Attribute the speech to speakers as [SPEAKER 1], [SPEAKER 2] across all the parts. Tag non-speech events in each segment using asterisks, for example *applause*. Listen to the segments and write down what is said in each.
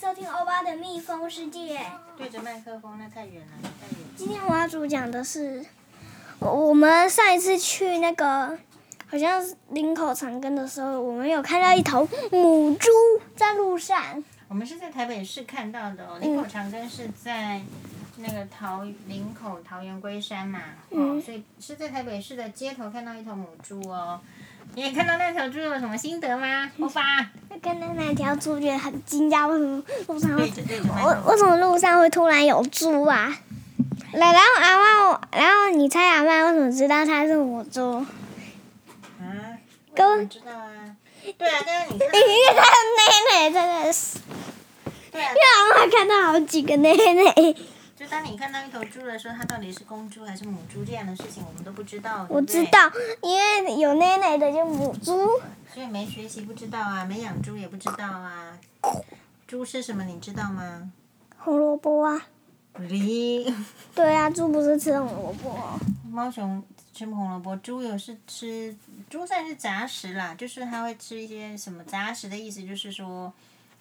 [SPEAKER 1] 收听欧巴的蜜蜂世界。
[SPEAKER 2] 对着麦克风，那太远了，太远了。
[SPEAKER 1] 今天我要主讲的是，我我们上一次去那个好像是林口长庚的时候，我们有看到一头母猪在路上。
[SPEAKER 2] 我们是在台北市看到的哦，林
[SPEAKER 1] 嗯
[SPEAKER 2] 口长庚是在那个桃林口桃园龟山嘛，
[SPEAKER 1] 嗯
[SPEAKER 2] 哦，所以是在台北市的街头看到一头母猪哦。你也看到那头猪有什么心得吗？欧巴，
[SPEAKER 1] 那跟那那条猪觉得很惊讶，为什么路上
[SPEAKER 2] 对
[SPEAKER 1] 会
[SPEAKER 2] 着对着麦克
[SPEAKER 1] 为为什么路上会突然有猪啊？然然后阿妈，然后你猜阿妈为什么知道它是母猪？
[SPEAKER 2] 风啊，
[SPEAKER 1] 跟
[SPEAKER 2] 我怎么知道啊？对啊，但是你看，
[SPEAKER 1] 因为 *laughs* 它的内内真的是，
[SPEAKER 2] 对啊
[SPEAKER 1] 因，为阿妈看到好几个内内。
[SPEAKER 2] 就当你看到一头猪的时候，它到底是公猪还是母猪这样的事情，我们都不知道。对
[SPEAKER 1] 我
[SPEAKER 2] 不对
[SPEAKER 1] 知，道，因为有奶奶的就母猪，
[SPEAKER 2] 所以没学习不知道啊，没养猪也不知道啊。猪吃什么你知道吗？
[SPEAKER 1] 红萝卜啊。
[SPEAKER 2] 梨。
[SPEAKER 1] 对啊，猪不是吃红萝卜哦。
[SPEAKER 2] *laughs* 猫熊吃红萝卜，猪有是吃猪算是杂食啦，就是它会吃一些什么杂食的意思，就是说，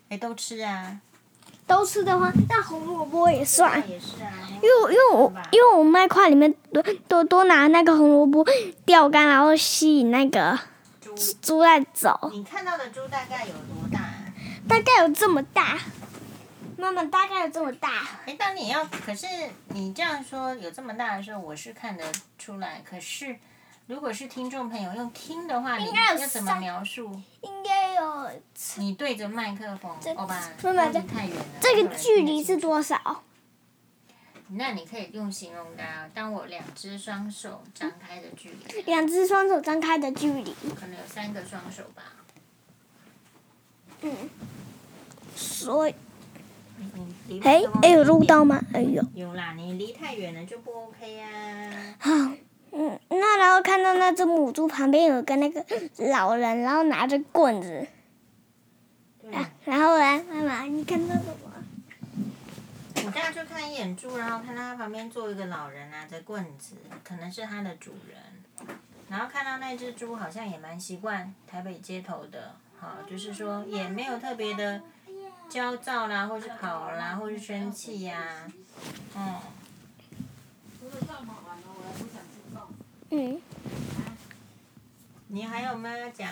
[SPEAKER 2] 哎，都吃啊，
[SPEAKER 1] 都吃的话，那红萝卜也算。
[SPEAKER 2] 也是啊，
[SPEAKER 1] 因为我因为我因为我麦块里面多多多拿那个红萝卜钓竿，然后吸引那个
[SPEAKER 2] 猪，
[SPEAKER 1] 猪在走，
[SPEAKER 2] 你看到的猪大概有多大啊？
[SPEAKER 1] 大概有这么大。妈妈大概有这么大，
[SPEAKER 2] 哎，但你要，可是你这样说有这么大的时候，我是看得出来。可是，如果是听众朋友用听的话，你
[SPEAKER 1] 应该有
[SPEAKER 2] 要怎么
[SPEAKER 1] 三
[SPEAKER 2] 描述？
[SPEAKER 1] 应该有
[SPEAKER 2] 你对着麦克风，
[SPEAKER 1] 这
[SPEAKER 2] 欧巴，
[SPEAKER 1] 妈妈
[SPEAKER 2] 离
[SPEAKER 1] 这
[SPEAKER 2] 太远了，
[SPEAKER 1] 这
[SPEAKER 2] 没有
[SPEAKER 1] 个
[SPEAKER 2] 人
[SPEAKER 1] 距
[SPEAKER 2] 听得
[SPEAKER 1] 离是
[SPEAKER 2] 清楚
[SPEAKER 1] 多少？
[SPEAKER 2] 那你可以用形容的、啊，当我两只双手张开的距离，
[SPEAKER 1] 两只双手张开的距离，
[SPEAKER 2] 可能有三个双手吧。
[SPEAKER 1] 嗯，所以
[SPEAKER 2] 你离麦
[SPEAKER 1] 哎
[SPEAKER 2] 克风
[SPEAKER 1] 哎有
[SPEAKER 2] 远一
[SPEAKER 1] 录
[SPEAKER 2] 点
[SPEAKER 1] 到？吗？哎呦。
[SPEAKER 2] 有啦，你离太远了就不 OK 啊。
[SPEAKER 1] 好，嗯，那然后看到那只母猪旁边有个那个老人，然后拿着棍子，
[SPEAKER 2] 对，
[SPEAKER 1] 啊、然后来妈妈，你看到什么？
[SPEAKER 2] 你大概就看一眼猪，然后看到它旁边坐一个老人拿着棍子，可能是它的主人。然后看到那只猪好像也蛮习惯台北街头的，哈，就是说也没有特别的焦躁啦，或是跑啦，或是生气呀、嗯。
[SPEAKER 1] 嗯，
[SPEAKER 2] 你还有没有要讲？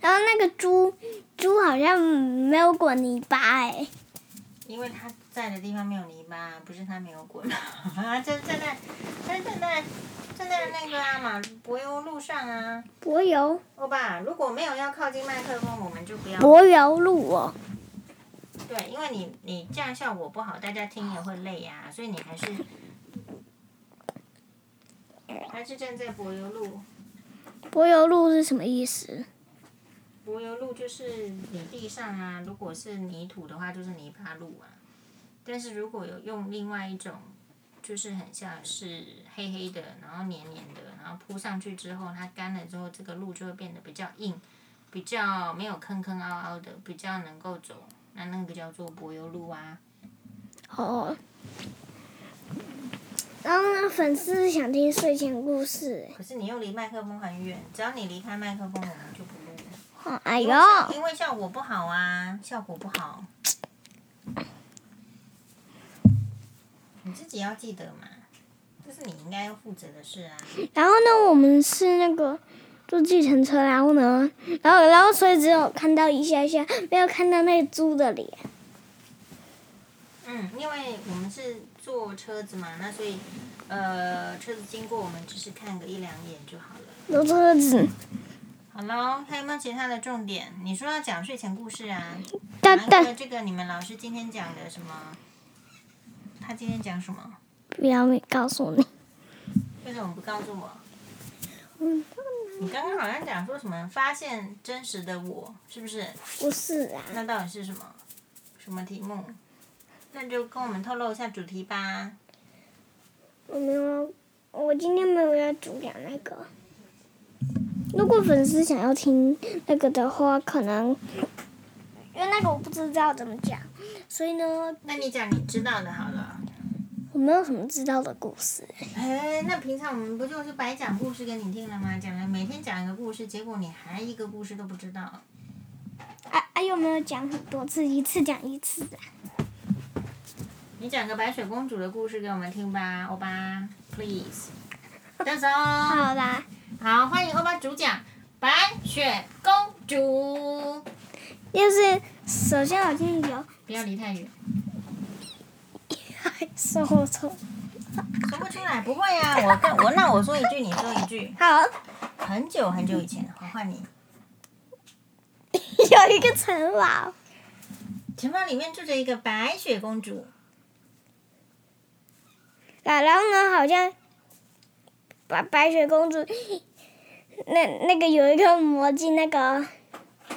[SPEAKER 1] 然后那个猪，猪好像没有滚泥巴哎、
[SPEAKER 2] 因为它在的地方没有泥巴，不是它没有 *laughs* 滚，它就站在，它就站在站在那个啊马柏油路上啊。
[SPEAKER 1] 柏油，
[SPEAKER 2] 欧巴，如果没有要靠近麦克风，我们就不要
[SPEAKER 1] 柏油路哦，
[SPEAKER 2] 对，因为你你这样效果不好，大家听也会累呀、所以你还是还是站在柏油路。
[SPEAKER 1] 柏油路是什么意思？
[SPEAKER 2] 柏油路就是你地上啊，如果是泥土的话，就是泥巴路啊。但是如果有用另外一种，就是很像是黑黑的，然后黏黏的，然后铺上去之后，它干了之后，这个路就会变得比较硬，比较没有坑坑凹凹的，比较能够走。那那个叫做柏油路啊。
[SPEAKER 1] 哦。然后呢，粉丝想听睡前故事、
[SPEAKER 2] 可是你又离麦克风很远，只要你离开麦克风，我们就不录了。
[SPEAKER 1] 哦，哎
[SPEAKER 2] 因
[SPEAKER 1] 呦
[SPEAKER 2] 为，效因为效果不好啊，效果不好。你自己要记得嘛，这是你应该要负责的事啊。
[SPEAKER 1] 然后呢，我们是那个坐计程车，然后呢，然后然后所以只有看到一下下，没有看到那个猪的脸。
[SPEAKER 2] 嗯，因为我们是坐车子嘛，那所以呃，车子经过我们只是看个一两眼就好了。
[SPEAKER 1] 有车子，
[SPEAKER 2] 好喽，还有没有其他的重点？你说要讲睡前故事啊？
[SPEAKER 1] 但 *laughs*
[SPEAKER 2] 讲一
[SPEAKER 1] 但
[SPEAKER 2] 个这个你们老师今天讲的什么？他今天讲什么？
[SPEAKER 1] 不要没告诉你。
[SPEAKER 2] 为什么不告诉我？
[SPEAKER 1] 嗯，
[SPEAKER 2] 你刚刚好像讲说什么发现真实的我，是不是？
[SPEAKER 1] 不是啊，
[SPEAKER 2] 那到底是什么？什么题目？那就跟我们透露一下主题吧。
[SPEAKER 1] 我没有，我今天没有要主讲那个。如果粉丝想要听那个的话，可能因为那个我不知道怎么讲，所以呢，
[SPEAKER 2] 那你讲你知道的好了。
[SPEAKER 1] 我没有什么知道的故事。
[SPEAKER 2] 哎，那平常我们不就是白讲故事给你听了吗？讲了每天讲一个故事，结果你还一个故事都不知道。
[SPEAKER 1] 哎哎、啊，有没有讲很多次？一次讲一次啊？
[SPEAKER 2] 你讲个白雪公主的故事给我们听吧，欧巴，please。大家
[SPEAKER 1] 好啦，
[SPEAKER 2] 好，欢迎欧巴主讲《白雪公主》。
[SPEAKER 1] 就是首先我先有
[SPEAKER 2] 不要离太远，
[SPEAKER 1] 手抽，
[SPEAKER 2] 说不出来，不会啊。我跟我那我说一句，你说一句。
[SPEAKER 1] 好，
[SPEAKER 2] 很久很久以前，好换你。
[SPEAKER 1] 有一个城堡，
[SPEAKER 2] 城堡里面住着一个白雪公主，
[SPEAKER 1] 啊，然后呢，好像白白雪公主，那那个有一个魔镜，那个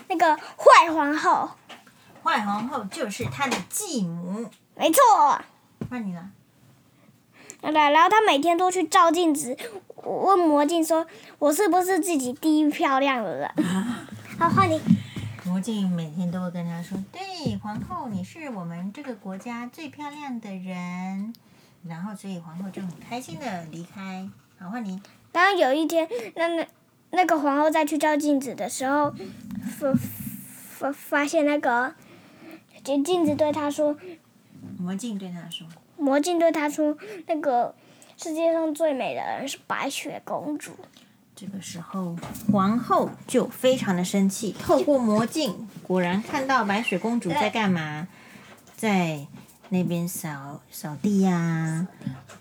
[SPEAKER 1] 那个坏皇后，
[SPEAKER 2] 坏皇后就是她的继母。
[SPEAKER 1] 没错。
[SPEAKER 2] 换你了，
[SPEAKER 1] 然然后她每天都去照镜子，问魔镜说：“我是不是自己第一漂亮的人？”好，换你。
[SPEAKER 2] 魔镜每天都会跟她说：“对，皇后，你是我们这个国家最漂亮的人。”然后，所以皇后就很开心的离开。好，换你。
[SPEAKER 1] 然后有一天，那那那个皇后再去照镜子的时候，发发发现那个镜镜子对她说，
[SPEAKER 2] 魔镜对她说
[SPEAKER 1] 魔镜对她说，那个世界上最美的人是白雪公主。：“
[SPEAKER 2] 这个时候，皇后就非常的生气。透过魔镜，果然看到白雪公主在干嘛，在那边扫扫地呀、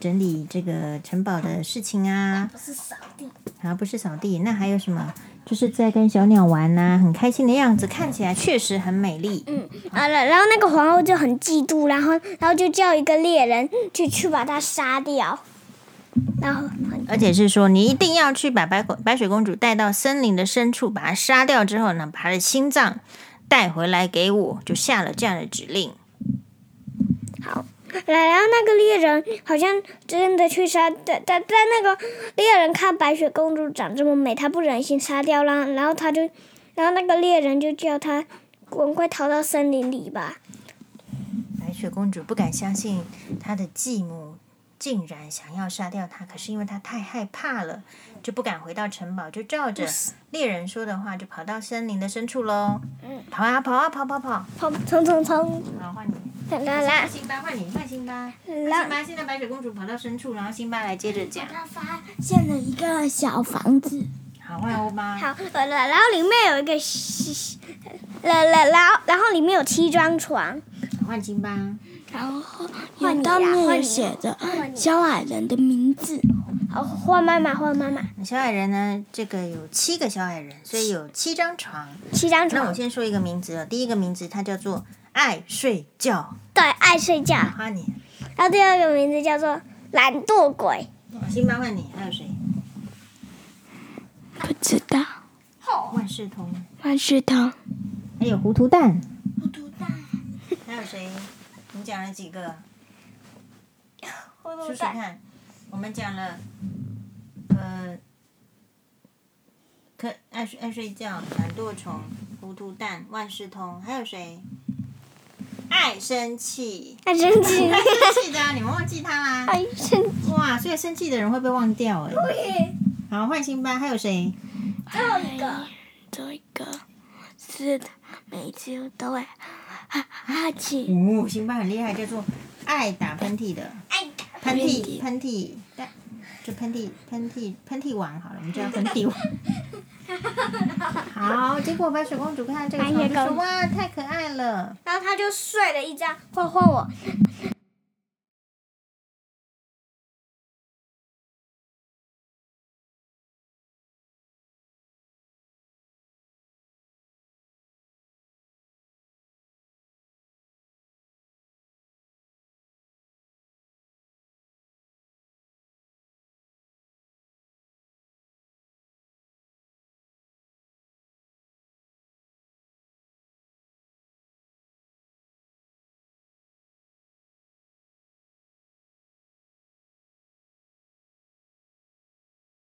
[SPEAKER 2] 整理这个城堡的事情啊。
[SPEAKER 1] 不是扫地，
[SPEAKER 2] 啊，不是扫地，那还有什么？就是在跟小鸟玩呐、很开心的样子，看起来确实很美丽。
[SPEAKER 1] 嗯，啊，然然后那个皇后就很嫉妒，然后然后就叫一个猎人去去把她杀掉，然后
[SPEAKER 2] 而且是说，你一定要去把白狗白雪公主带到森林的深处，把她杀掉之后呢，把她的心脏带回来给我，就下了这样的指令。
[SPEAKER 1] 好，然然后那个猎人好像真的去杀，但但但那个猎人看白雪公主长这么美，他不忍心杀掉啦，然后他就，然后那个猎人就叫他赶快逃到森林里吧。
[SPEAKER 2] 白雪公主不敢相信她的继母竟然想要杀掉她，可是因为她太害怕了，就不敢回到城堡，就照着猎人说的话，就跑到森林的深处喽。
[SPEAKER 1] 嗯，
[SPEAKER 2] 跑啊跑啊跑跑跑！
[SPEAKER 1] 冲冲冲冲！
[SPEAKER 2] 好，换你。
[SPEAKER 1] 啦啦啦！
[SPEAKER 2] 辛巴换你，换辛巴。
[SPEAKER 1] 然
[SPEAKER 2] 辛巴现在白雪公主跑到深处，然后辛巴来接着讲。
[SPEAKER 3] 他发现了一个小房子，
[SPEAKER 2] 好，换欧巴。
[SPEAKER 1] 好，然然后里面有一个西，西然然然后然后里面有七张床。
[SPEAKER 2] 好换辛巴。
[SPEAKER 3] 然后
[SPEAKER 1] 换
[SPEAKER 3] 有
[SPEAKER 1] 你啦
[SPEAKER 3] 上
[SPEAKER 1] 换
[SPEAKER 3] 面
[SPEAKER 1] 你
[SPEAKER 3] 有写着小矮人的名字。
[SPEAKER 1] 好，换妈妈，换妈妈，
[SPEAKER 2] 小矮人呢？这个有七个小矮人，所以有七张床。
[SPEAKER 1] 七张
[SPEAKER 2] 那我
[SPEAKER 1] 床。
[SPEAKER 2] 先说一个名字哦，第一个名字它叫做爱睡觉。
[SPEAKER 1] 对，爱睡觉。
[SPEAKER 2] 好换你，
[SPEAKER 1] 然后第二个名字叫做懒惰鬼。
[SPEAKER 2] 辛巴换你，还有谁？
[SPEAKER 3] 不知道，
[SPEAKER 2] 万事通，
[SPEAKER 3] 万事通。
[SPEAKER 2] 还有糊涂蛋，
[SPEAKER 3] 糊涂蛋，
[SPEAKER 2] 还有谁？你讲了几个？
[SPEAKER 1] 糊
[SPEAKER 2] 数数看，我们讲了，呃，可爱睡爱睡觉，懒惰虫，糊涂蛋，万事通，还有谁？爱生气，
[SPEAKER 1] 爱生气，
[SPEAKER 2] 爱生气的啊、你们忘记他啦？
[SPEAKER 1] 爱生气。
[SPEAKER 2] 哇，所以生气的人会被忘掉哎。好，换新班，还有谁？
[SPEAKER 1] 最后一个，
[SPEAKER 3] 这个是的，每次都会哈哈气。
[SPEAKER 2] 哦，新班很厉害，叫做爱打喷嚏的
[SPEAKER 1] 爱
[SPEAKER 2] 喷嚏
[SPEAKER 3] 嚏
[SPEAKER 2] 喷嚏，但就喷嚏喷嚏喷嚏王好了，我们叫它喷嚏王。好，结果白雪公主看到这个
[SPEAKER 1] 白
[SPEAKER 2] 床
[SPEAKER 1] 雪
[SPEAKER 2] 就
[SPEAKER 1] 公
[SPEAKER 2] 说：“
[SPEAKER 1] 主
[SPEAKER 2] 哇，太可爱了。”
[SPEAKER 1] 然后他就睡了一觉，换换我。